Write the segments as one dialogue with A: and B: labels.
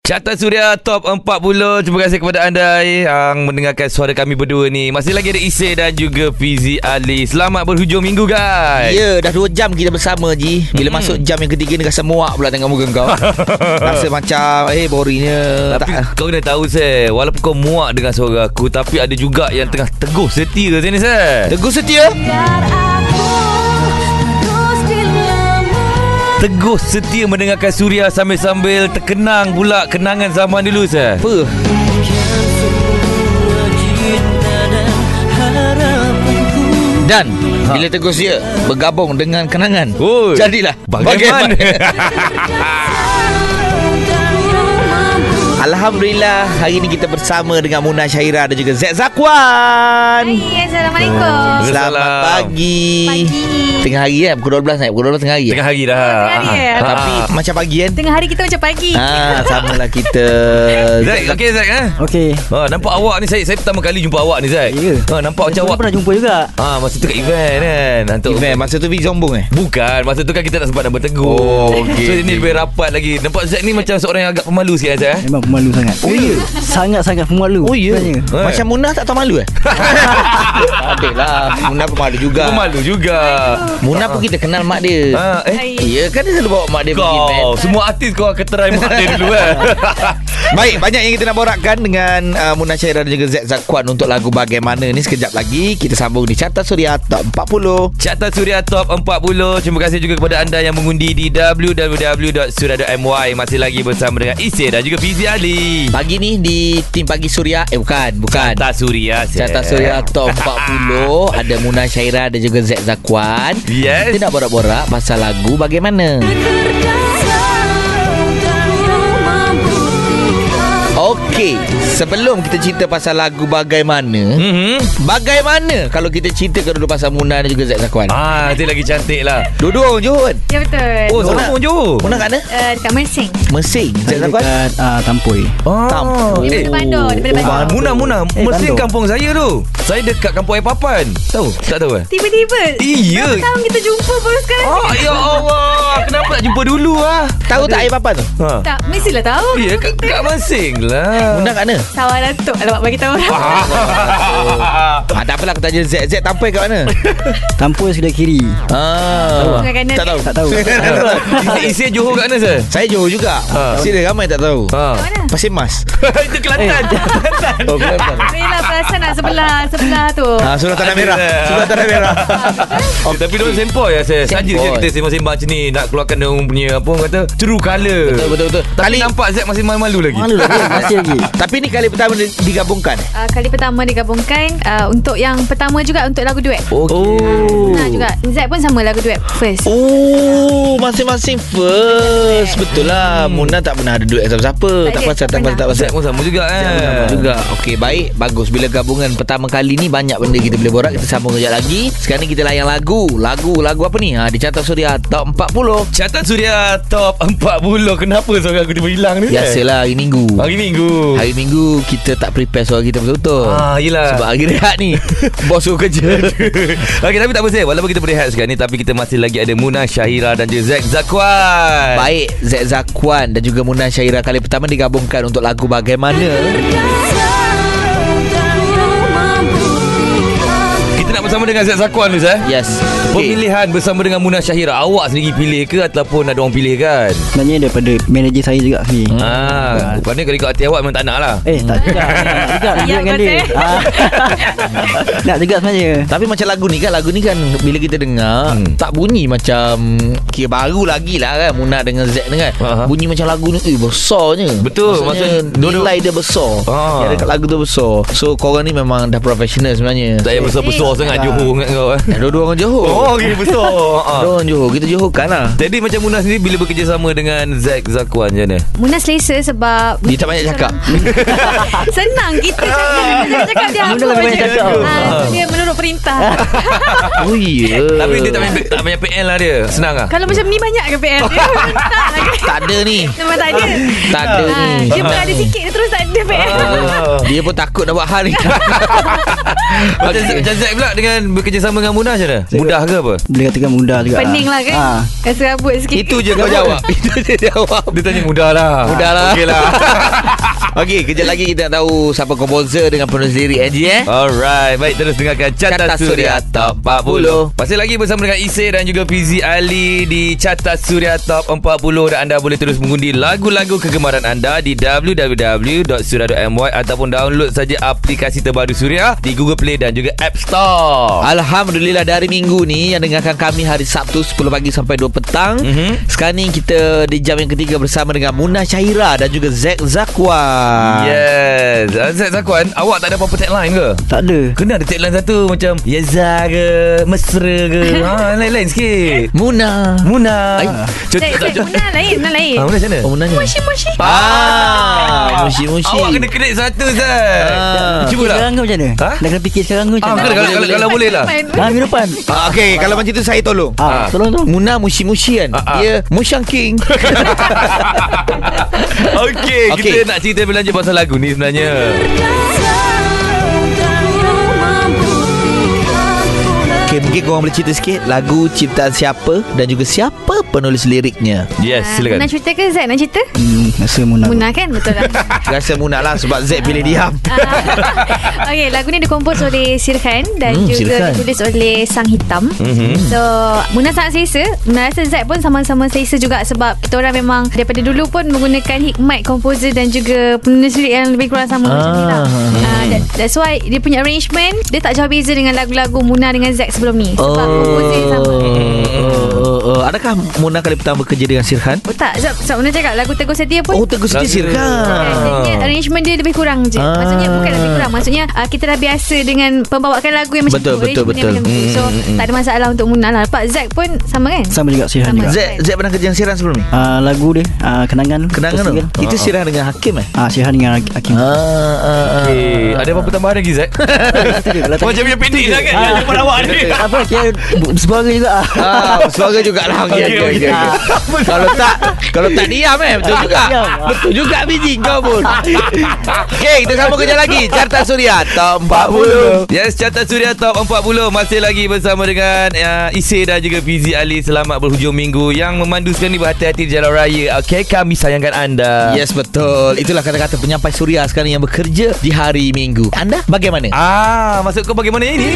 A: Carta Suria Top 40 Terima kasih kepada anda eh, Yang mendengarkan suara kami berdua ni Masih lagi ada Ise dan juga Fizi Ali Selamat berhujung minggu
B: Ya,
A: guys
B: yeah, dah 2 jam kita bersama Ji.
A: Hmm.
B: Bila masuk jam yang ketiga ni rasa muak pula tengok muka kau. rasa macam eh boringnya.
A: Tapi tak. kau kena tahu Seh Walaupun kau muak dengan suara aku Tapi ada juga yang tengah teguh setia sini Seh
B: Teguh setia.
C: Biar aku terus dilema
A: Teguh setia mendengarkan Suria Sambil-sambil terkenang pula Kenangan zaman dulu Seh
B: Apa? Dan ha. bila Teguh setia bergabung dengan kenangan.
A: Oi.
B: Jadilah
A: Bagaimana?
C: dan rumahmu
B: Alhamdulillah hari ni kita bersama dengan Muna Syairah dan juga Z Zakwan.
D: Hai, Assalamualaikum.
B: Selamat
A: Salam.
B: pagi.
D: Pagi.
B: Tengah hari kan Pukul 12 naik Pukul 12 tengah hari eh?
A: Tengah hari dah
D: hari, eh?
A: Ah,
B: Tapi
A: ah.
B: macam pagi kan
D: Tengah hari kita macam pagi.
B: Ah, sama lah kita.
A: Zaid, okey Zaid eh?
E: Okey.
A: Ha, nampak awak ni Zaid. Saya pertama kali jumpa awak ni Zaid.
E: Ya.
A: Ha, nampak macam
E: Sebelum
A: awak.
E: pernah jumpa juga.
A: Ah, ha, masa tu kat event kan. Hantuk
B: Event masa tu pergi Zombong eh.
A: Bukan Masa tu kan kita tak sempat nak bertegur
B: Oh, okey,
A: So ini
B: okey.
A: lebih rapat lagi Nampak Zack ni macam seorang yang agak pemalu sikit Zack eh?
E: Memang pemalu sangat. Oh ya. Sangat-sangat pemalu.
B: Oh, ya?
E: sebenarnya.
A: Eh.
B: Macam Munah tak tahu malu eh? Ada lah. Munah pemalu juga.
A: Pemalu juga
B: Munah pun kita kenal mak dia.
A: ha, Eh
D: Hai.
B: Ya kan dia selalu bawa mak dia pergi event. kan?
A: kau Semua artis kau akan try mak dia dulu eh
B: Baik, banyak yang kita nak borakkan dengan uh, Munah Syairah dan juga Z Zakwan untuk lagu Bagaimana ni sekejap lagi. Kita sambung di Carta Suria Top 40.
A: Carta Suria Top 40 Terima kasih juga kepada anda yang mengundi di www.suria.my Masih lagi bersama dengan Isir dan juga Fizi Ali
B: Pagi ni di Tim Pagi Suria. Eh bukan, bukan.
A: Carta Suria Zack.
B: Carta Suria Top 40 Ada Muna Syairah Dan juga Z Zakwan
A: Yes.
B: Kita nak borak-borak Pasal lagu bagaimana
C: Kerjasa dan rumahmu
B: Okey Sebelum kita cerita pasal lagu bagaimana
A: Mhm.
B: Bagaimana Kalau kita cerita ke dulu Pasal Muna dan juga Z Zakwan
A: Ah, nanti lagi cantik lah
B: Dua-dua orang Johor kan
D: Ya betul.
A: Oh,
D: Oh.
A: sama
B: Mona.
A: orang Johor
B: Muna kat mana?
D: Uh, dekat Mersing.
B: Mesing Z
E: Saya
B: Zakwan
E: dekat ah, Tampoi.
A: Oh.
B: Tam-
A: Eh,
D: Daripada Bandar, daripada
B: Oh,
D: Bandar.
A: Muna Muna
E: Eh,
A: Mesin
E: Bandung.
A: kampung saya tu Saya dekat kampung air papan Tahu? Tak tahu eh?
D: Tiba-tiba.
A: Iya.
D: Berapa tahun kita jumpa baru sekarang?
A: Oh ya Allah Kenapa tak jumpa dulu ah?
B: Tahu tak air papan tu?
A: Ha.
D: Tak, mestilah tahu.
A: Ya kat, kat Masing lah
B: Muna kat mana?
D: Tawar Datuk. Alamak, bagi tahu orang.
B: Ah, tak apalah aku tanya Z Z Tampil kat mana?
E: Tampoi sebelah kiri.
B: Ah,
D: Sungai Kanan.
B: tak tahu.
E: Tak tahu.
B: Tak tahu.
A: Isi Johor kat mana saya?
B: Saya Johor juga.
A: Ah.
B: Sini ramai tak tahu.
A: Ha. Eh.
D: Kat mana?
B: Pasir Mas.
A: Itu Kelantan
B: Oh, Kelantan.
D: Yelah, perasaan nak sebelah, sebelah tu.
B: Ah, surah tanah merah.
A: Ada.
B: Surah tanah merah.
A: oh, Tapi diorang sempoi lah saya Saja je
B: Sempoi.
A: kita sembang-sembang macam ni Nak keluarkan diorang punya Apa orang kata True colour
B: Betul, betul, betul.
A: Tapi
B: Kali-
A: nampak Zack masih malu-malu lagi
E: Malu lagi. Masih lagi.
B: Tapi ni kali pertama di- digabungkan. eh?
D: Uh, kali pertama digabungkan uh, Untuk yang pertama juga Untuk lagu duet
A: Oh
D: Nah juga Zack pun sama lagu duet First
B: Oh, masing-masing first. Betul lah. Muna tak pernah ada duit siapa-siapa. Tak pasal,
D: Tak ada, tak
B: tak pasal, tak
D: pernah.
B: pasal.
A: Zack pun sama juga eh
B: juga Okey baik Bagus Bila gabungan pertama kali ni Banyak benda kita boleh borak Kita sambung kejap lagi Sekarang ni kita layan lagu Lagu Lagu apa ni ha, Di Carta Suria Top 40
A: Carta Suria Top 40 Kenapa suara aku tiba hilang ni Zack?
B: Biasalah hari minggu
A: Hari minggu
B: Ya, Hari minggu Kita tak prepare suara kita betul-betul
A: Ah, yelah.
B: Sebab hari rehat ni Bos suruh kerja
A: Okey tapi tak apa Zack Walaupun kita berehat sekarang ni Tapi kita masih lagi ada Muna Syahira dan juga Zack Zakwan
B: Baik Zek Zakwan Dan juga Muna Syairah Kali pertama digabungkan Untuk lagu Bagaimana
C: Kerjasa dan rumahmu
A: Kita nak bersama dengan Zack Zakwan ni Zack
B: Yes okay.
A: Pemilihan bersama dengan Muna Syahira Awak sendiri pilih ke Ataupun ada orang pilih kan
E: Sebenarnya daripada manager saya juga sini.
B: Hmm.
A: Ah, Rupanya kalau ikut hati awak Memang tak nak lah
E: Eh tak juga Nak juga nak juga
D: Siap
E: dengan
D: kau,
E: dia
D: Zack.
E: Ah. Nak juga sebenarnya
B: Tapi macam lagu ni kan Lagu ni kan Bila kita dengar
A: Hmm.
B: hmm. Tak bunyi macam Kira baru lagi lah kan Muna dengan Zek ni kan
A: Aha.
B: Bunyi macam lagu ni Eh besarnya
A: Betul,
B: Maksudnya
A: maksud- dua-dua-
B: Nilai dia besar
A: Ah.
B: ah. Dia dekat lagu tu besar So korang ni memang Dah professional sebenarnya
A: Tak payah besar-besar sangat Johor dengan kau eh
B: Dah Dua-dua orang Johor
A: Oh okey besar Ah.
B: Dua orang Johor Kita Johor kan lah
A: Jadi macam Muna sendiri Bila bekerjasama dengan Zack Zakwan macam mana
D: Muna selesa sebab Ah,
B: Dia tak banyak cakap
D: Senang kita cakap Kita cakap dia
E: Muna
D: apa
E: lah
D: je
E: banyak cakap.
D: ha, so Dia menurut perintah
B: Oh ya yeah.
A: Tapi dia tak banyak, tak banyak PL lah dia Senang lah
D: Kalau macam ni banyak ke PL dia? tak lah kan?
B: Tak ada ni
D: Memang tak ada.
B: Tak ada
D: Ha,
B: ni
D: dia pun ada sikit dia terus tak ada PL.
A: Ah.
B: Dia pun takut nak buat hal ni
A: Macam Zack macam Zack pula dengan dengan bekerjasama dengan Munah macam mana?
E: Saya-
A: Mudah ke apa?
E: Boleh katakan mudah juga
D: Pening lah kan
E: ha.
D: Kasi rabut sikit
B: Itu je kau jawab Itu je jawab
A: Dia tanya mudah lah.
B: Mudah lah
A: Okey lah.
B: Okey kejap lagi kita nak tahu Siapa komposer dengan penulis lirik Angie eh
A: Alright, baik terus dengarkan Carta
B: Carta
A: Suria
B: Suria
A: Top 40. Masih lagi bersama dengan Isay dan juga Fizi Ali di Carta Suria Top 40 dan anda boleh terus mengundi lagu-lagu kegemaran anda di www.suria.my ataupun download saja aplikasi terbaru Suria di Google Play dan juga App Store.
B: Alhamdulillah dari minggu ni Yang dengarkan kami hari Sabtu 10 pagi sampai 2 petang
A: Mhm.
B: Sekarang ni kita di jam yang ketiga Bersama dengan Munah Syahira Dan juga Zack Zakwa
A: Ah. Yes. Azad Zakuan, awak tak ada apa-apa tagline ke?
E: Tak ada
A: Kena ada tagline satu macam Yeza ke, Mesra ke, ha, lain-lain sikit.
B: Munah
A: Muna.
B: Ai.
A: Contoh tak
D: Zack, Zack, Muna lain Muna lain
A: Ah, Muna macam mana?
B: Oh Munah ni.
D: Moshi moshi
B: Ah, mushi-mushi.
A: Awak kena kredit satu Zat
B: Ah.
A: Cuba
E: Fikir
A: lah
E: Sekarang kau macam mana?
A: Ha?
E: Dah kena fikir sekarang kau
A: Ah,
E: macam
A: kalau,
E: mana?
A: kalau, kalau, kalau boleh lah
E: Ha, minggu depan
B: Ah, Okey, kalau macam tu saya tolong.
E: Ha,
A: Ah.
E: tolong tu
B: Munah mushi-mushi kan?
A: Ah, ah.
B: Dia Mushang King.
A: Okey okay. Kita
B: Okey.
A: nak cerita lebih lanjut pasal lagu ni sebenarnya
B: Okey, mungkin korang boleh cerita sikit lagu ciptaan siapa dan juga siapa penulis liriknya.
A: Yes
D: Muna
A: silakan
D: cerita ke Zack nak cerita
E: Hmm, rasa Muna tu.
D: Muna kan betul lah
B: Rasa Munah lah sebab Zack pilih diam.
D: Ah. Okey, lagu ni dikompos oleh Sirhan dan
B: Hmm,
D: hmm, juga
B: Sirhan.
D: Sirkan. ditulis oleh Sang Hitam.
A: Mhm.
D: Mm-hmm. So, Muna sangat selesa. Muna rasa Zack pun sama-sama selesa juga sebab kita orang memang daripada dulu pun menggunakan hikmat komposer dan juga penulis lirik yang lebih kurang sama ah. macam ni lah.
B: Ah.
D: Ah, that, that's why dia punya arrangement dia tak jauh beza dengan lagu-lagu Muna dengan Zack sebelum ni
B: Oh.
D: sebab komposer yang sama.
B: Oh, oh, oh. Adakah Munah kali pertama kerja dengan Sirhan?
D: Oh tak, sebab, sebab Muna cakap lagu Teguh Setia pun
B: Oh, tegur sedih
A: Lagu-
B: Sirhan.
D: Maksudnya arrangement dia lebih kurang je
B: Ah.
D: Maksudnya bukan lebih kurang Maksudnya uh, kita dah biasa dengan Pembawakan lagu yang macam
B: Betul,
D: tu
B: betul, betul.
D: arrangement dia
B: Hmm,
D: macam tu. So tak ada masalah untuk Muna lah Lepas Zack pun sama kan
E: Sama juga Sirhan
D: Sama.
E: juga
B: Zack, Zack pernah kerja dengan Sirhan sebelum ni?
E: Ah, Lagu dia ah, Kenangan
B: Kenangan tu?
E: Tersingle.
B: Itu Sirhan dengan Hakim eh?
E: Ah, Sirhan dengan Ak- Hakim
B: Ah, ah, ah.
A: Okey, Eh, Ada apa-apa tambahan lagi Zat? Macam punya pendek sangat
E: Ah.
A: Jawapan awak ni
E: Apa kira bu- Suara juga ah.
B: Ah, suara jugalah okay, okay, okay, okay. Kalau tak Kalau tak diam eh Betul juga
E: Diam.
B: Betul juga biji kau pun Okay kita sambung kerja lagi Carta Suria Top 40
A: Yes, Carta Suria Top 40 Masih lagi bersama dengan uh, Isay dan juga Fizi Ali Selamat berhujung minggu Yang memandu sekarang ni berhati-hati di jalan raya Okay, kami sayangkan anda
B: Yes betul Itulah kata-kata penyampai Suria sekarang Yang bekerja di hari Minggu Anda bagaimana?
A: Ah, maksud kau bagaimana ini?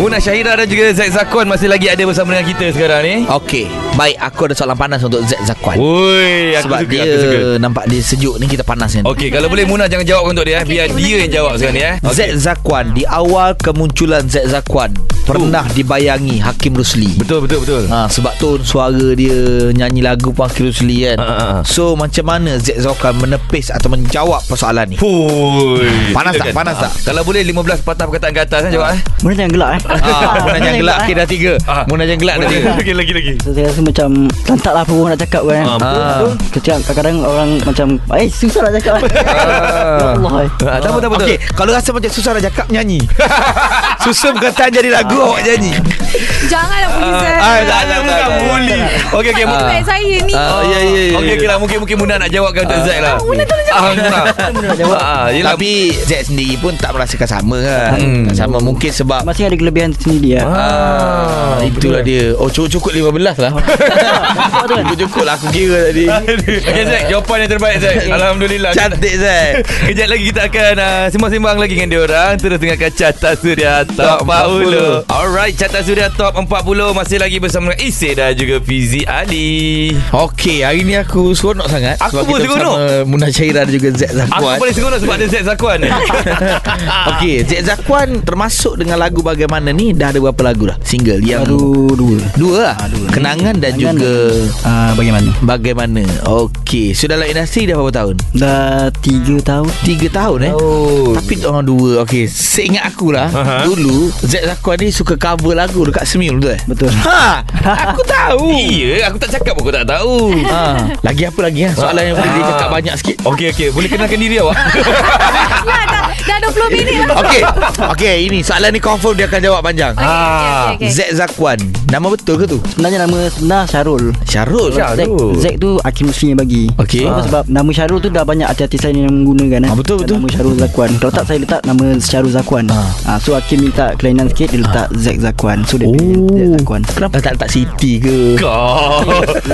A: Muna Syahira dan juga Zack Zakon masih lagi ada bersama dengan kita sekarang ni.
B: Okey Baik aku ada soalan panas Untuk Zack Zakwan
A: Woi, Oh, ya, aku
B: Sebab
A: suka,
B: dia
A: aku suka.
B: Nampak dia sejuk ni Kita panaskan
A: Okey, kalau boleh Muna jangan jawab untuk dia eh. Biar
D: Okey,
A: dia
D: Muna.
A: yang jawab sekarang ni eh.
B: Zack Zakwan Di awal kemunculan Zack Zakwan Pernah
A: Oh.
B: dibayangi Hakim Rusli
A: Betul, betul, betul.
B: Ha, sebab tu suara dia nyanyi lagu pun Akhil Rusli kan.
A: Ha, ha, ha.
B: So macam mana Zack Zaukan menepis atau menjawab persoalan ni?
A: Fuh.
B: Panas tak? Panas tak?
A: Ah, Kalau boleh 15 patah perkataan ke atas kan jawab eh.
E: Muna jangan gelak eh
B: Ah, Muna jangan gelak
E: eh.
B: Okey dah tiga
A: Ah.
B: Muna jangan gelak dah tiga
A: Lagi lagi lagi.
E: So, saya rasa macam Lantak lah apa orang nak cakap kan
A: Ah,
E: ah. Ketika kadang-kadang orang macam Eh susah nak cakap Ya
A: Ah.
E: Allah eh.
B: Ha,
A: Ah, Tak apa tak apa.
B: Okey, kalau rasa macam susah nak cakap nyanyi. susah perkataan jadi lagu
A: Ah.
B: awak nyanyi.
D: Janganlah
B: Ah.
D: boleh Zack
A: ada bukan bully. Okey okey.
D: Itu beg saya ni
B: Ah, ya ya. ya. Ah.
A: Okey okey lah mungkin mungkin Muna nak jawabkan untuk Zack lah.
D: Muna tolong jawab.
A: Ah, Muna. Muna nak jawab. Ah, yelah.
B: Tapi Zack sendiri pun tak merasakan sama kan.
A: Hmm.
B: Sama mungkin sebab
E: Masih ada kelebihan sendiri ya.
A: Ah,
B: Ah, itulah dia. Oh, cukup-cukup 15 lah. Cukup-cukup lah aku kira tadi.
A: Okey Zack, jawapan yang terbaik Zack. Alhamdulillah.
B: Cantik Zack.
A: Kejap lagi kita akan uh, sembang-sembang lagi dengan diorang Terus dengarkan Carta Suria Top
B: Top
A: 40 Alright, Carta Suria Top 40 Masih lagi bersama dengan Isik dan juga Fizi Ali
B: Okey, hari ni aku seronok sangat
A: Aku
B: sebab
A: pun
B: kita
A: seronok.
B: bersama Muna Syairah dan juga Zack
A: Aku
B: Zakwan.
A: paling seronok sebab ada Zack Zakwan ni
B: Okey, Zack Zakwan termasuk dengan lagu bagaimana ni dah ada berapa lagu dah? Single yang
E: Baru dua.
B: dua lah. Kenangan dan
E: Kenangan.
B: juga
E: Ah bagaimana?
B: bagaimana. Okey, so dalam industri dah berapa tahun?
E: Dah tiga tahun.
B: Tiga tahun eh.
A: Oh
B: Tapi orang dua Okey Seingat akulah
A: Aha.
B: uh-huh. Dulu Zack Zakwan ni Suka cover lagu Dekat Semil tu eh
E: Betul.
B: Ha Aku tahu
A: Iya, aku tak cakap pun aku tak tahu
B: ha. Lagi
A: Ah.
B: apa lagi ha? Soalan yang boleh dia cakap banyak sikit
A: Okey, okey Boleh kenalkan diri awak
D: Dah dah
B: Ah.
D: 20 minit lah.
B: Okey. Okey, ini soalan ni confirm dia akan jawab panjang.
D: Okey, okey, okey, okey.
B: Z Zakwan. Nama betul ke tu?
E: Sebenarnya nama sebenar Syarul
B: Syarul. lah,
A: Syarul.
E: Zack Zack tu Hakim Muslim yang bagi
B: Okey.
E: Apa Sebab nama Syarul tu Dah banyak artis-artis lain yang menggunakan eh.
B: Ah, betul, betul.
E: Nama Syarul Zakwan Kalau tak saya letak Nama Syarul Zakwan
B: Ah.
E: ah. So Hakim minta kelainan sikit Dia letak Zack Zakwan So dia
B: Oh.
E: pilih Zack Zakwan
B: Kenapa Ah, tak letak Siti ke?
A: Kau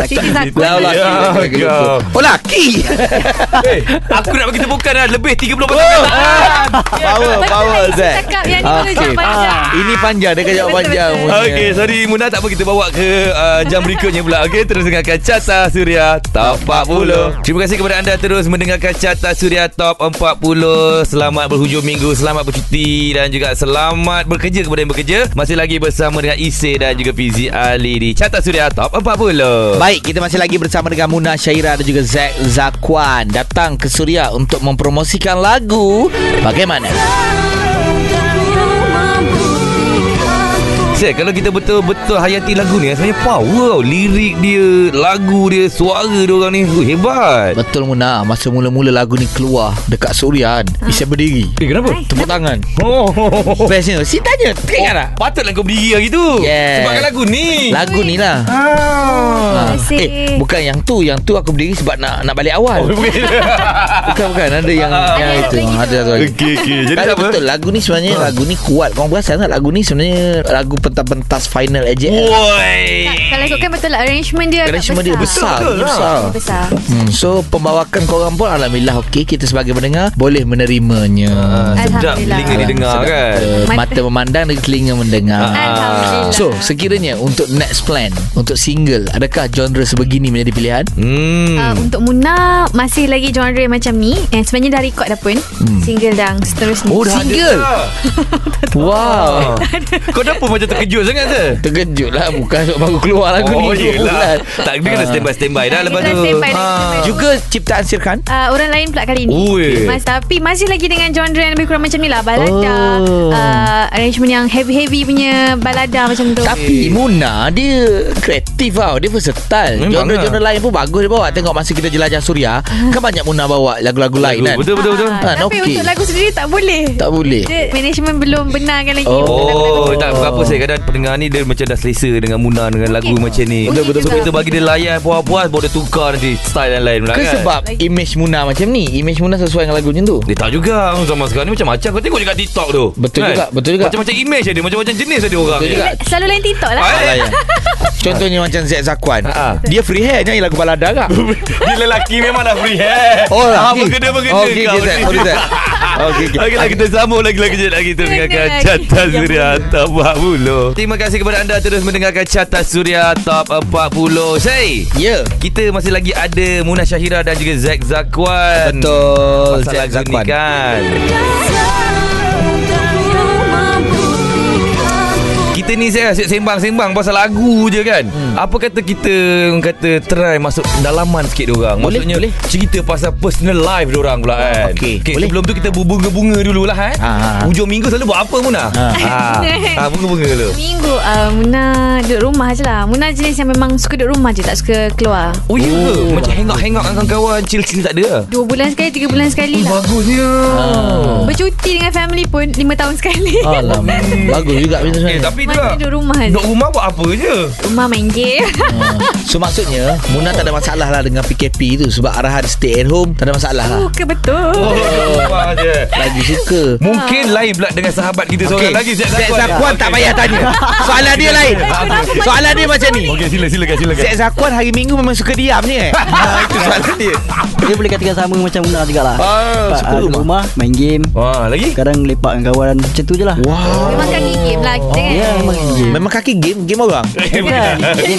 D: Siti Zakwan.
B: Lah laki.
A: Ya,
B: laki, laki,
A: kau.
B: laki. Oh laki.
A: hey, Eh, Aku nak bagi tepukan dah Lebih 30 persen
B: Power,
D: Betul
B: power
D: lah, Isi
B: Zack. Ah,
D: cakap yang ni perlu
B: Okey.
D: jawab panjang.
B: Ini panjang dia akan jawab
D: Betul,
B: panjang.
D: betul.
B: punya.
A: Okay sorry Muna tak apa Kita bawa ke uh, jam berikutnya pula Okay terus dengarkan Carta Suria Top 40 Terima kasih kepada anda terus mendengarkan Carta Suria Top 40 Selamat berhujung minggu Selamat bercuti Dan juga selamat bekerja kepada yang bekerja Masih lagi bersama dengan Ise dan juga Fizi Ali Di Carta Suria Top 40
B: Baik, kita masih lagi bersama dengan Muna Syaira dan juga Zack Zakwan datang ke Suria untuk mempromosikan lagu bagaimana?
A: Saya kalau kita betul-betul hayati lagu ni Rasanya power tau. Lirik dia Lagu dia Suara dia orang ni uh, Hebat
B: Betul Muna, masa mula-mula lagu ni keluar dekat Suria kan,
D: Ah.
B: Isya berdiri.
A: Eh kenapa?
B: Tepuk tangan.
A: Oh,
B: Bestnya. Si tanya, lah. teringat tak?
A: patutlah kau berdiri hari tu
B: Yeah.
A: Sebabkan lagu ni
B: Lagu ni lah.
D: Ah, Terima
B: Ha.
D: kasih.
B: Eh, bukan yang tu, yang tu aku berdiri sebab nak nak balik awal.
A: Oh, bukan.
B: Bukan Ah, Eh, bukan, ada yang yang
D: Ada
B: itu.
D: lagi
B: Ada satu lagi.
A: Okey okey. Jadi
B: Tapi
A: tak apa.
B: betul lagu ni sebenarnya lagu ni kuat. Kau perasan tak lagu ni sebenarnya lagu pentas-pentas final AJL.
A: Woi.
D: Tak, Kalau ikutkan betul lah Arrangement dia agak
B: Arrangement dia besar,
A: Betul
B: dia
A: lah.
B: besar.
D: Besar
B: Hmm, so pembawakan korang pun Alhamdulillah okey Kita sebagai pendengar Boleh menerimanya
A: Ah, Sedap
D: Alhamdulillah.
A: telinga didengar
B: Sedap
A: kan. Ah,
B: mata- Mata memandang dan telinga mendengar
D: Alhamdulillah
B: Ah. So sekiranya Untuk next plan Untuk single Adakah genre sebegini menjadi pilihan?
A: Hmm.
D: Uh, untuk Muna Masih lagi genre macam ni eh, Sebenarnya dah record dah pun Single dan seterusnya
B: Oh dah single
A: Ah.
B: Wow
A: Kau dah pun macam terkejut sangat tu.
B: Terkejut lah Bukan sebab baru keluar lagu
A: Oh,
B: ni dua
A: yelah.
B: bulan.
A: Tak dia kena
B: Ah.
A: standby standby dah
D: Dia
A: lepas
D: kena
A: tu.
D: standby dah,
A: Ah.
D: standby.
B: Juga ciptaan Sirkan
D: Uh, orang lain pula kali ni
A: Ui.
D: Mas, Tapi masih lagi dengan genre yang lebih kurang macam ni lah Balada
B: Oh.
D: oh. uh, Arrangement yang heavy-heavy punya Balada macam tu
B: Tapi Muna dia kreatif tau Dia versatile
A: Memang lah.
B: Genre-genre lain pun bagus dia bawa Tengok masa kita jelajah suria Kan banyak Muna bawa lagu-lagu lain kan
A: Betul betul betul.
B: Ah,
D: Ah, Tapi
B: okey.
D: untuk lagu sendiri tak boleh
B: Tak boleh
D: Dia management belum benarkan lagi
B: Oh.
D: untuk lagu-lagu
A: Oh, tak apa-apa saya kadang pendengar ni dia macam dah selesa dengan Muna dengan lagu
D: Mungkin.
A: macam ni.
D: Betul, betul,
A: So
D: betul.
A: kita bagi dia layan puas-puas baru dia tukar nanti style yang lain pula
B: Ke
A: kan.
B: sebab image Muna macam ni Image Muna sesuai dengan lagu macam tu
A: dia tak juga Zaman sekarang ni macam-macam Kau tengok dekat TikTok tu Kan?
B: Betul juga, betul juga.
A: Macam-macam image ada Macam-macam jenis ada orang
B: Betul
A: ni.
B: juga. ya.
D: Selalu lain TikTok lah
A: Ah, eh.
B: Layan. Contohnya macam Zack Zakwan
A: Ha.
B: Dia free hair Nyanyi lagu balada kak
A: Dia lelaki memang dah free hair
B: Oh lah
A: Ah, Bergena-bergena
B: Okey okay, Zack Sorry Zack Okey okay.
A: Okeylah lah, kita sambung lagi lagi kejap lagi terus dengarkan
D: Kena.
A: Carta Suria Top 40. Terima kasih kepada anda terus mendengarkan Carta Suria Top 40. Say,
B: Ya
A: kita masih lagi ada Muna Syahira dan juga Zack Zakwan.
B: Betul
A: Pasal
B: Zack
A: lagu ni
B: Zakwan
A: kan. Kita ni saya asyik sembang-sembang pasal lagu je kan. Hmm. Apa kata kita orang kata try masuk dalaman sikit diorang.
B: Boleh,
A: Maksudnya
B: boleh.
A: cerita pasal personal life diorang pula kan.
B: Okey,
A: okay
B: boleh.
A: sebelum tu kita berbunga-bunga dululah eh.
B: Ha, ha, ha.
A: Hujung minggu selalu buat apa Muna? Ha. Ha, ha bunga-bunga dulu.
D: Minggu uh, Muna duduk rumah je lah Muna jenis yang memang suka duduk rumah je Tak suka keluar
A: Oh, ya ke? Macam hengok-hengok dengan kawan-kawan Chill-chill tak ada
D: Dua bulan sekali Tiga bulan sekali lah
A: Bagusnya
D: Ah. Bercuti dengan family pun Lima tahun sekali
B: Alamak Bagus juga macam
A: Eh
B: sebenarnya
A: tapi tu
D: Masa
A: lah
D: duduk rumah je
A: Duduk rumah buat apa je
D: Rumah main game
B: So maksudnya Muna tak ada masalah lah Dengan PKP tu Sebab arahan stay at home Tak ada masalah lah
D: Bukan betul
A: Oh, rumah je
B: Lagi suka
A: Mungkin lain pula dengan sahabat kita seorang lagi Zek
B: Zack
A: Zakwan.
B: Zakwan tak payah tanya Soalan dia lain Soalan dia macam ni
A: Okey sila silakan silakan
B: Zack Zakwan hari minggu memang suka diam ni eh ha, Itu soalan dia
E: Dia boleh katakan sama Macam Una juga lah
B: Ah,
E: Lepak,
B: suka
E: ah, duduk
B: rumah.
E: rumah Main game
A: Wah Ah, lagi
E: Kadang lepak dengan kawan Macam tu je lah
B: Wow
D: Memang kaki game lah kita kan
E: Ya memang main game
B: Memang kaki game Game orang
E: Bukan. Game, game,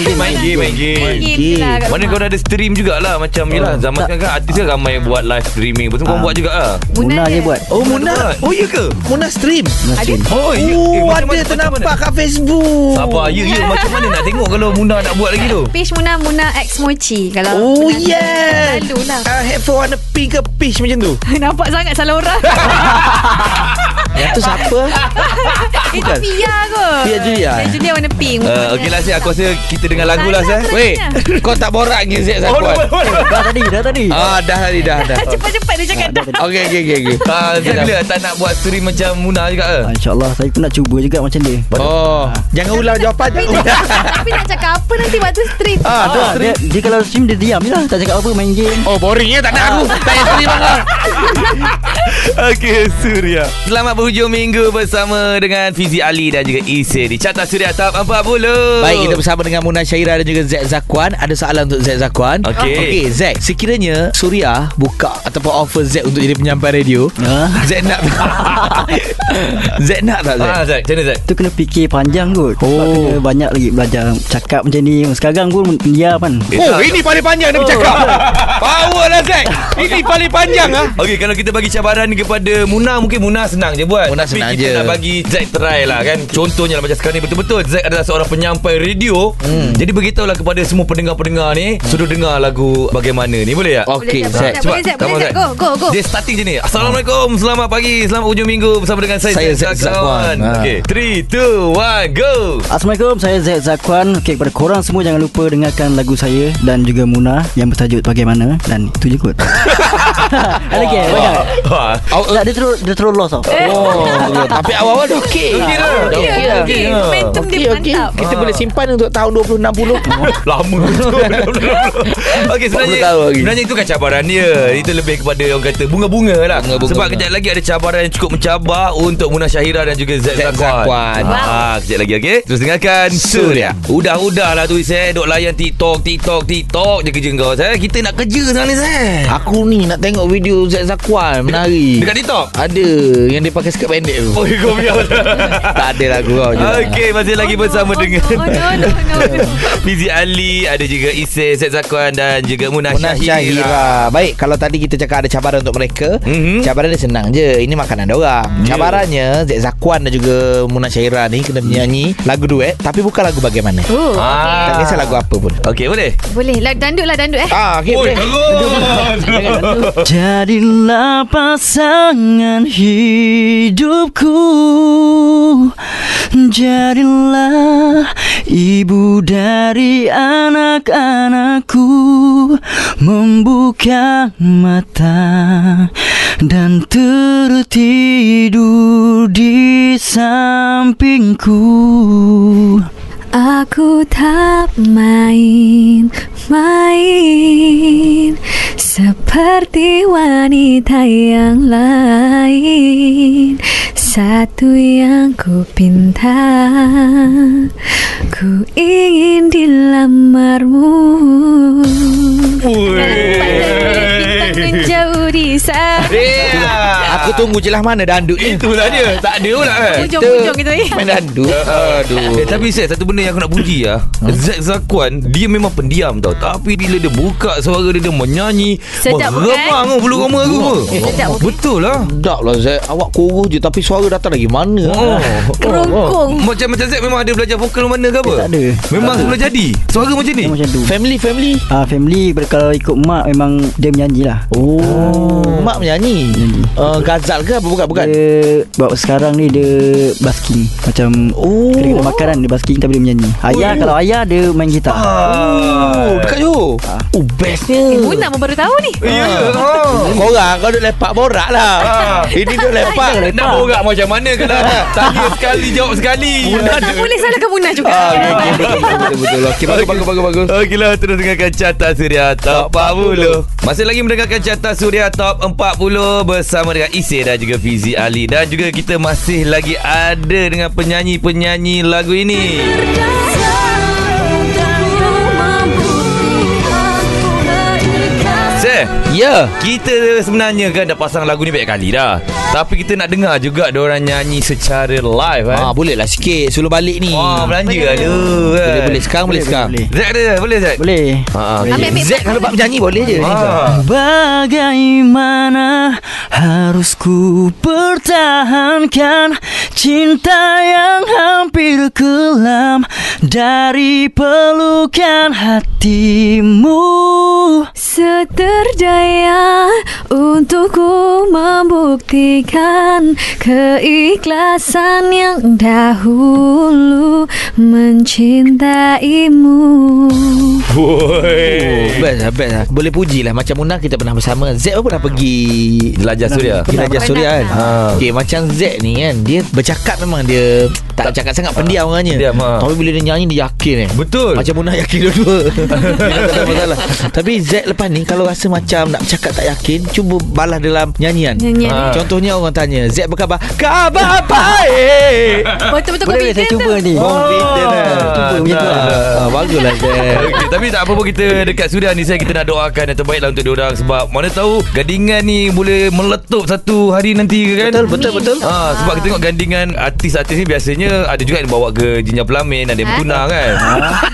A: Main game main
D: Main
A: game
D: game je lah kat
A: Mana
D: rumah.
A: kau dah ada stream jugalah Macam yelah Zaman sekarang kan artis kan ramai buat live streaming Betul kau
E: Ah.
A: buat juga lah
E: Una je buat
B: Oh Muna
A: Oh ya ke?
B: Muna stream
E: Nasrin
A: Oh, ya. Eh,
B: Oh
A: macam mana-
B: ada
A: macam mana?
B: ternampak kat Facebook
A: Sabar ya ya Macam mana nak tengok Kalau Muna nak buat lagi tu
D: Page Muna Muna X Mochi Kalau
B: Oh
D: pernah-
B: yeah
D: Lalu lah
B: Ah, Headphone warna pink ke peach macam tu
D: Nampak sangat salah orang
B: Yang tu siapa?
D: Itu Pia kot
B: Pia Julia,
D: Dan
B: eh?
D: Julia warna pink
A: Uh, okay lah Syed Aku rasa kita dengar lagu lah Syed
B: Weh, kau tak Oh, borak dengan Zek Zakuan?
E: Dah tadi, dah tadi. Ah,
B: Ah, dah tadi, dah, dah.
D: Cepat-cepat dia cakap dah
B: Okey, okey, okey. okey.
A: Ah, Zek bila tak nak buat story macam Muna juga ke?
E: Ah, InsyaAllah Saya pun nak cuba juga macam dia
B: Oh, jangan ulang jawapan.
D: Tapi nak, tapi nak cakap apa nanti waktu stream
B: Ah, tu
E: ah, dia, dia kalau stream Dia diam je lah Tak cakap apa Main game
B: Oh, boring ya tak nak aku. Tak payah terima lah.
A: Okey, Surya. Selamat berhujung minggu bersama dengan Fizi Ali dan juga Isir di Carta Suria Top 40.
B: Baik, kita bersama dengan Muna Syairah dan juga Zek Zakwan. Ada soalan untuk Zek Zakwan.
A: Okey.
B: Okey, Zek. Sekiranya Suria buka ataupun offer Zek untuk jadi penyampai radio,
E: ah,
B: Zek nak Zek nak tak Zek?
A: Ah, Zek, Ah, macam mana Zek?
E: Tu kena fikir panjang kot Sebab
B: Oh.
E: kena banyak lagi belajar Cakap macam ni Sekarang pun diam kan
B: Oh, ini paling panjang dia bercakap. Power lah Zek. Ini paling panjang ah.
A: Okey, kalau kita bagi cabaran kepada Muna, mungkin Muna senang je buat.
B: Muna
A: Tapi
B: senang
A: kita
B: je.
A: nak bagi Zack try lah kan. Contohnya lah macam sekarang ni betul-betul Zack adalah seorang penyampai radio. Hmm. Jadi beritahulah kepada semua pendengar-pendengar ni, suruh dengar lagu bagaimana ni boleh tak? Eh,
B: Okey,
D: Boleh,
B: Zek.
D: Zek. boleh, boleh, Zek. Go, go, go.
A: Dia starting je ni Assalamualaikum Selamat pagi Selamat hujung minggu Bersama dengan saya
B: Saya Zack Zakwan. Ha.
A: Okay 3, 2, 1, go
E: Assalamualaikum Saya Zaid Zakwan Okay kepada korang semua Jangan lupa dengarkan lagu saya Dan juga Muna Yang bertajuk Bagaimana Dan itu je kot Ada lagi eh? banyak
A: Wah
B: Oh,
E: Tak dia terus Dia terus lost tau
B: oh, tapi awal-awal dah okey.
A: Okey lah. dah.
B: Dah
D: Okey,
B: okey dah.
D: okey. Momentum dia mantap Ah.
B: Kita boleh simpan untuk tahun 2060.
A: Lama betul Okay sebenarnya
B: 40 tahun lagi.
A: Sebenarnya itu kan cabaran dia Itu lebih kepada orang kata Bunga-bunga lah
B: Bunga-bunga.
A: Sebab kejap lagi ada cabaran yang cukup mencabar Untuk Munah Syahira dan juga Zed
B: Zack
A: Zakwan,
B: Zakwan.
A: Ah, Kejap lagi okay Terus dengarkan Surya Udah-udah lah tu Isai Duk layan TikTok TikTok TikTok je kerja kau Saya Kita nak kerja sekarang ni Isai
B: Aku ni nak tengok video Zek Zakwan menari.
A: Dekat TikTok
B: Ada yang dia pakai skirt pendek tu.
A: Oh kau biar
B: Tak ada lagu kau je. lah.
A: Okay masih lagi bersama
D: Oh, no,
A: dengan
D: Oh no no no, no.
A: Fizi Ali Ada juga Isai Zed Zakwan Dan juga Munah
B: Munah
A: Syahira
B: Syahira Baik Kalau tadi kita cakap Ada cabaran untuk mereka
A: Mhm. Ya.
B: mm-hmm. Cabaran dia senang je Ini makanan dia orang yeah. Cabarannya Zek Zakwan dan juga Munah Syahira ni Kena menyanyi Lagu duet Tapi bukan lagu bagaimana
D: Oh,
A: Ah.
B: Tak kisah lagu apa pun
A: Okay boleh?
D: Boleh lah dandut lah dandut eh
B: Ah, okay, boleh.
A: terus
E: Jadilah pasangan hidupku Jadilah ibu dari anak-anakku Membuka mata dan tertidur di sampingku
D: Aku tak main-main Seperti wanita yang lain Satu yang ku pinta Ku ingin dilamarmu Bintang menjauh di sana
B: Aku tunggu je lah mana dandut ni
A: Ah, Itulah dia Tak ada pula kan
D: Hujung-hujung gitu
E: Oh,
D: eh
B: Main dandut
A: Eh, tapi Zed Satu benda yang aku nak puji lah Zed Zakwan Dia memang pendiam tau Tapi bila dia buka Suara dia dia menyanyi
D: Sedap, bukan?
A: Remang kan? Bulu roma aku
D: Eh, sedap, bukan?
A: Betul lah
B: Sedap lah Zek Awak kurus je Tapi suara datang dari mana Ah.
A: Oh.
D: Kerongkong
A: Macam macam Zed memang ada belajar vokal mana ke apa?
E: Eh, Tak ada.
A: Memang semula jadi. Suara macam ni.
E: Dia macam tu
B: Family family
E: Ah, family kalau ikut mak memang dia menyanyi lah
B: Oh Mak menyanyi uh, Gazal ke apa Bukan bukan
E: Dia buat sekarang ni dia basking macam
B: Oh.
E: kena-kena makanan kan, dia basking tapi dia menyanyi. Ayah kalau ayah dia main gitar.
A: Ah,
B: Oh, dekat Johor. Oh, bestnya. Oh.
D: Eh, Muna pun baru tahu ni Ah,
A: Ya ya. Ha.
B: Korang kau duk lepak borak lah. Ini duk lepak.
A: Nak borak macam mana kalau tanya sekali jawab sekali.
D: Tak boleh salahkan Muna juga
E: Ah,
B: Betul-betul. Okey, bagus, bagus, bagus, bagus.
A: Okeylah lah, terus dengarkan Carta Suria Top 40. Masih lagi mendengarkan Carta Suria Top 40 bersama dengan Isy dan juga Fizi Ali dan juga kita masih lagi ada dengan penyanyi-penyanyi lagu ini. Sir,
B: Ya.
A: kita sebenarnya kan dah pasang lagu ni banyak kali dah. Tapi kita nak dengar juga diorang nyanyi secara live kan.
B: Ah, boleh lah sikit sebelum balik ni.
A: Wah, belanja ada.
B: Boleh, boleh sekarang, boleh,
E: Boleh,
B: sekarang. Ah,
E: boleh,
A: Zek ada, boleh Zek?
E: Boleh.
A: Ha, ha, okey.
D: Ambil, ambil.
B: Zek kalau bab menyanyi boleh je.
A: Ah.
E: Bagaimana harus ku pertahankan cinta yang hampir kelam dari pelukan hatimu?
D: Seterdaya Untuk ku membuktikan keikhlasan yang dahulu mencintaimu.
A: Woi.
B: Best lah, best lah. Boleh puji lah. Macam Munah kita pernah bersama. Z pun pernah pergi
A: Jelajah Suria.
B: Jelajah
D: Pernah.
B: Suria kan ha.
A: Pernah.
B: Okay macam Z ni kan Dia bercakap memang dia Tak, cakap sangat pendiam orangnya
A: Pendiam, ha.
B: Tapi bila dia nyanyi dia yakin eh
A: Betul.
B: Macam Munah yakin dua-dua Dia tak ada masalah. Tapi Z lepas ni Kalau rasa macam nak cakap tak yakin Cuba balas dalam nyanyian
D: Nyanyian.
E: Ah.
A: Ha.
B: Contohnya orang tanya Z berkhabar Khabar baik
D: Betul-betul kau
E: Boleh saya cuba ni
B: Oh, beda lah
A: Ah,
E: Cuba macam tu lah
A: nah.
B: Ah, Baguslah Z
A: Okay, tapi tak apa pun kita dekat Suria ni saya kita nak doakan yang terbaik lah untuk diorang sebab mana tahu gadingan ni boleh meletup satu hari nanti ke kan
B: Betul, betul, betul.
A: ha, sebab kita tengok gadingan artis-artis ni biasanya ada juga yang bawa ke jinjang pelamin ada yang bertunang kan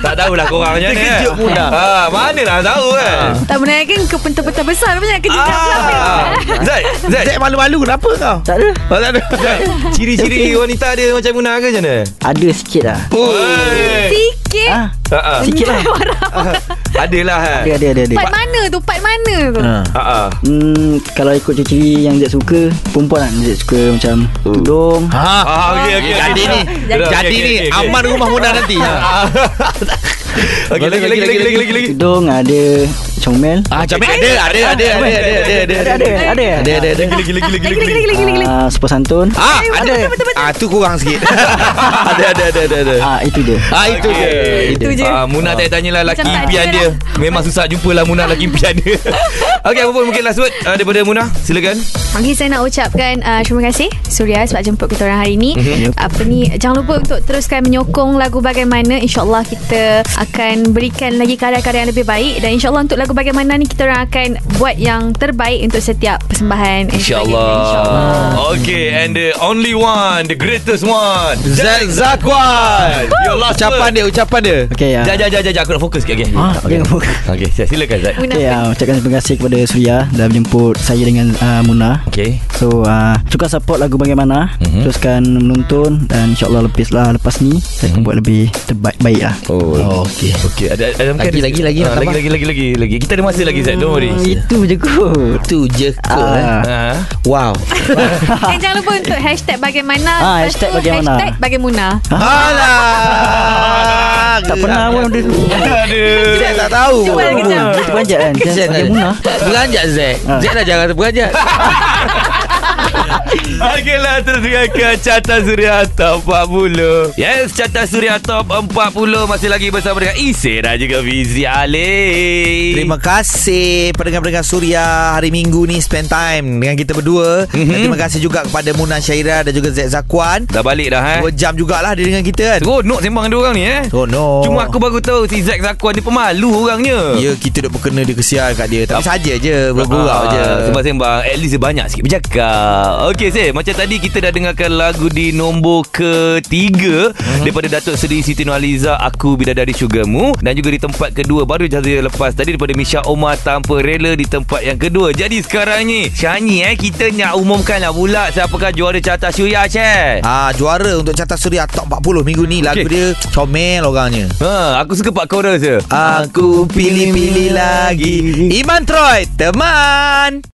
A: tak tahulah korang macam mana kan
B: Ah. Terkejut pula.
A: ha, mana lah tahu kan
D: Tak benar kan ke pentas-pentas besar punya kerja ah.
A: ah. Zai Zai
B: Z malu-malu kenapa kau
E: Tak ada
A: Oh, tak ada. Zai, Ciri-ciri wanita dia macam guna ke macam mana?
E: Ada sikit lah
A: Oh. Oi.
B: Eh.
D: Sikit
E: Ah,
A: Ha, ha.
E: Sikit lah
A: Adalah kan.
E: Ada ada ada, ada.
D: Part mana tu Part mana tu
B: Ha.
A: Ha, ha.
E: Hmm, kalau ikut ciri-ciri yang Zek suka Perempuan kan Zek suka macam Tudung
B: Ha.
A: Ah, ya, okey okey. okey.
B: Jadi ni
A: Jadi
B: Jadi ni Aman rumah Muna nanti
A: Ah.
B: Ha.
A: Okey lagi lagi lagi lagi lagi lagi.
E: Tudung ada Comel
B: Ah, Jamil ada, ada, ada, ada, ada, ada, ada, ada, ada,
E: ada
B: ada, ada, ada.
A: Lagi lagi lagi
D: Lagi lagi lagi lagi lagi
E: Ah, Super santun
B: Ah, ada. Ah, tu kurang sikit. ada, ada, ada, ada, ada.
E: Ah, itu dia
B: Ah, itu je.
D: Itu je
A: Ah, Muna tak tanyalah laki
D: Macam tak
A: impian
D: ada
A: dia. Memang susah jumpalah Muna laki impian dia. Okey apa pun mungkin last word ah, daripada Muna. Silakan.
D: Okay saya nak ucapkan uh, Terima kasih Surya sebab jemput kita orang hari ni
E: Mhm.
D: mm-hmm. Apa ni Jangan lupa untuk teruskan menyokong lagu bagaimana InsyaAllah kita akan berikan lagi karya-karya yang lebih baik Dan insyaAllah untuk lagu bagaimana ni Kita orang akan buat yang terbaik Untuk setiap persembahan and
A: InsyaAllah
D: sebagainya. InsyaAllah
A: Okay And the only one The greatest one
B: Zack Zakwan.
A: Your last
B: Ucapan dia, ucapan dia.
E: Okay ah.
A: Jangan jangan jangan Aku nak fokus sikit Okay
E: Ah, jangan fokus.
A: Okay silakan Zack
D: Munafik.
E: Okay, uh, ucapkan terima kasih kepada Surya dah menjemput saya dengan uh, Muna.
A: Okay
E: So, uh, suka support lagu bagaimana.
A: Mhm.
E: Mm-hmm. Teruskan menonton dan insyaAllah lepas lah lepas ni saya akan
B: Mhm.
E: buat lebih terbaik baik lah.
A: Oh,
B: Okey.
A: okay. Ada, ada, ada,
B: Lagi,
A: ada-
B: lagi, lagi nak
A: Ah, lagi,
B: tambah. Ah,
A: lagi, lagi, lagi, lagi. Kita ada masa lagi, Zack. Don't worry.
E: Itu je kot.
B: Tu je kot. eh.
E: Ah.
A: Ah.
B: Wow.
D: Dan jangan lupa untuk hashtag bagaimana
E: Ah,
D: Lepas
E: hashtag
D: tu,
E: bagaimana.
D: Hashtag bagaimana
B: Alah.
E: Tak pernah pun benda tu.
A: Aduh.
B: Zack tak tahu.
D: Cuba lagi
E: Oh,
D: sekejap.
E: Kita panjat kan. Kita
B: Kesian
E: panjat Muna.
B: Beranjak Zack. Zack dah jangan beranjak.
A: Okeylah terus dengan ke Carta Suria Top 40 Yes Carta Suria Top 40 Masih lagi bersama dengan Isir dan juga Fizi Ali
B: Terima kasih pendengar-pendengar Suria hari Minggu ni spend time dengan kita berdua. Mm-hmm. Dan terima kasih juga kepada Muna Syaira dan juga Zek Zakwan.
A: Dah balik dah eh
B: Dua jam jugalah dia dengan kita kan.
A: Seronok sembang dia orang ni eh
B: Oh no.
A: Cuma aku baru tahu Si Zack Zakuan ni pemalu orangnya
B: Ya kita duk berkena dia kesian kat dia Tapi saja je
A: Ah,
B: Bergurau je
A: Sembang-sembang At least dia banyak sikit bercakap Okey Sir Macam tadi kita dah dengarkan lagu di nombor ketiga uh-huh. Daripada Datuk Seri Siti Nualiza Aku Bidadari Sugarmu Dan juga di tempat kedua Baru saja lepas tadi Daripada Misha Omar Tanpa Rela di tempat yang kedua Jadi sekarang ni Syahni eh Kita nak umumkan lah pula Siapakah juara carta syuriah Syah
B: Ah juara untuk carta suria top 40 minggu ni lagu
A: Okey.
B: dia comel orangnya.
A: Ha, aku suka part chorus je
B: Aku pilih-pilih lagi Iman Troy teman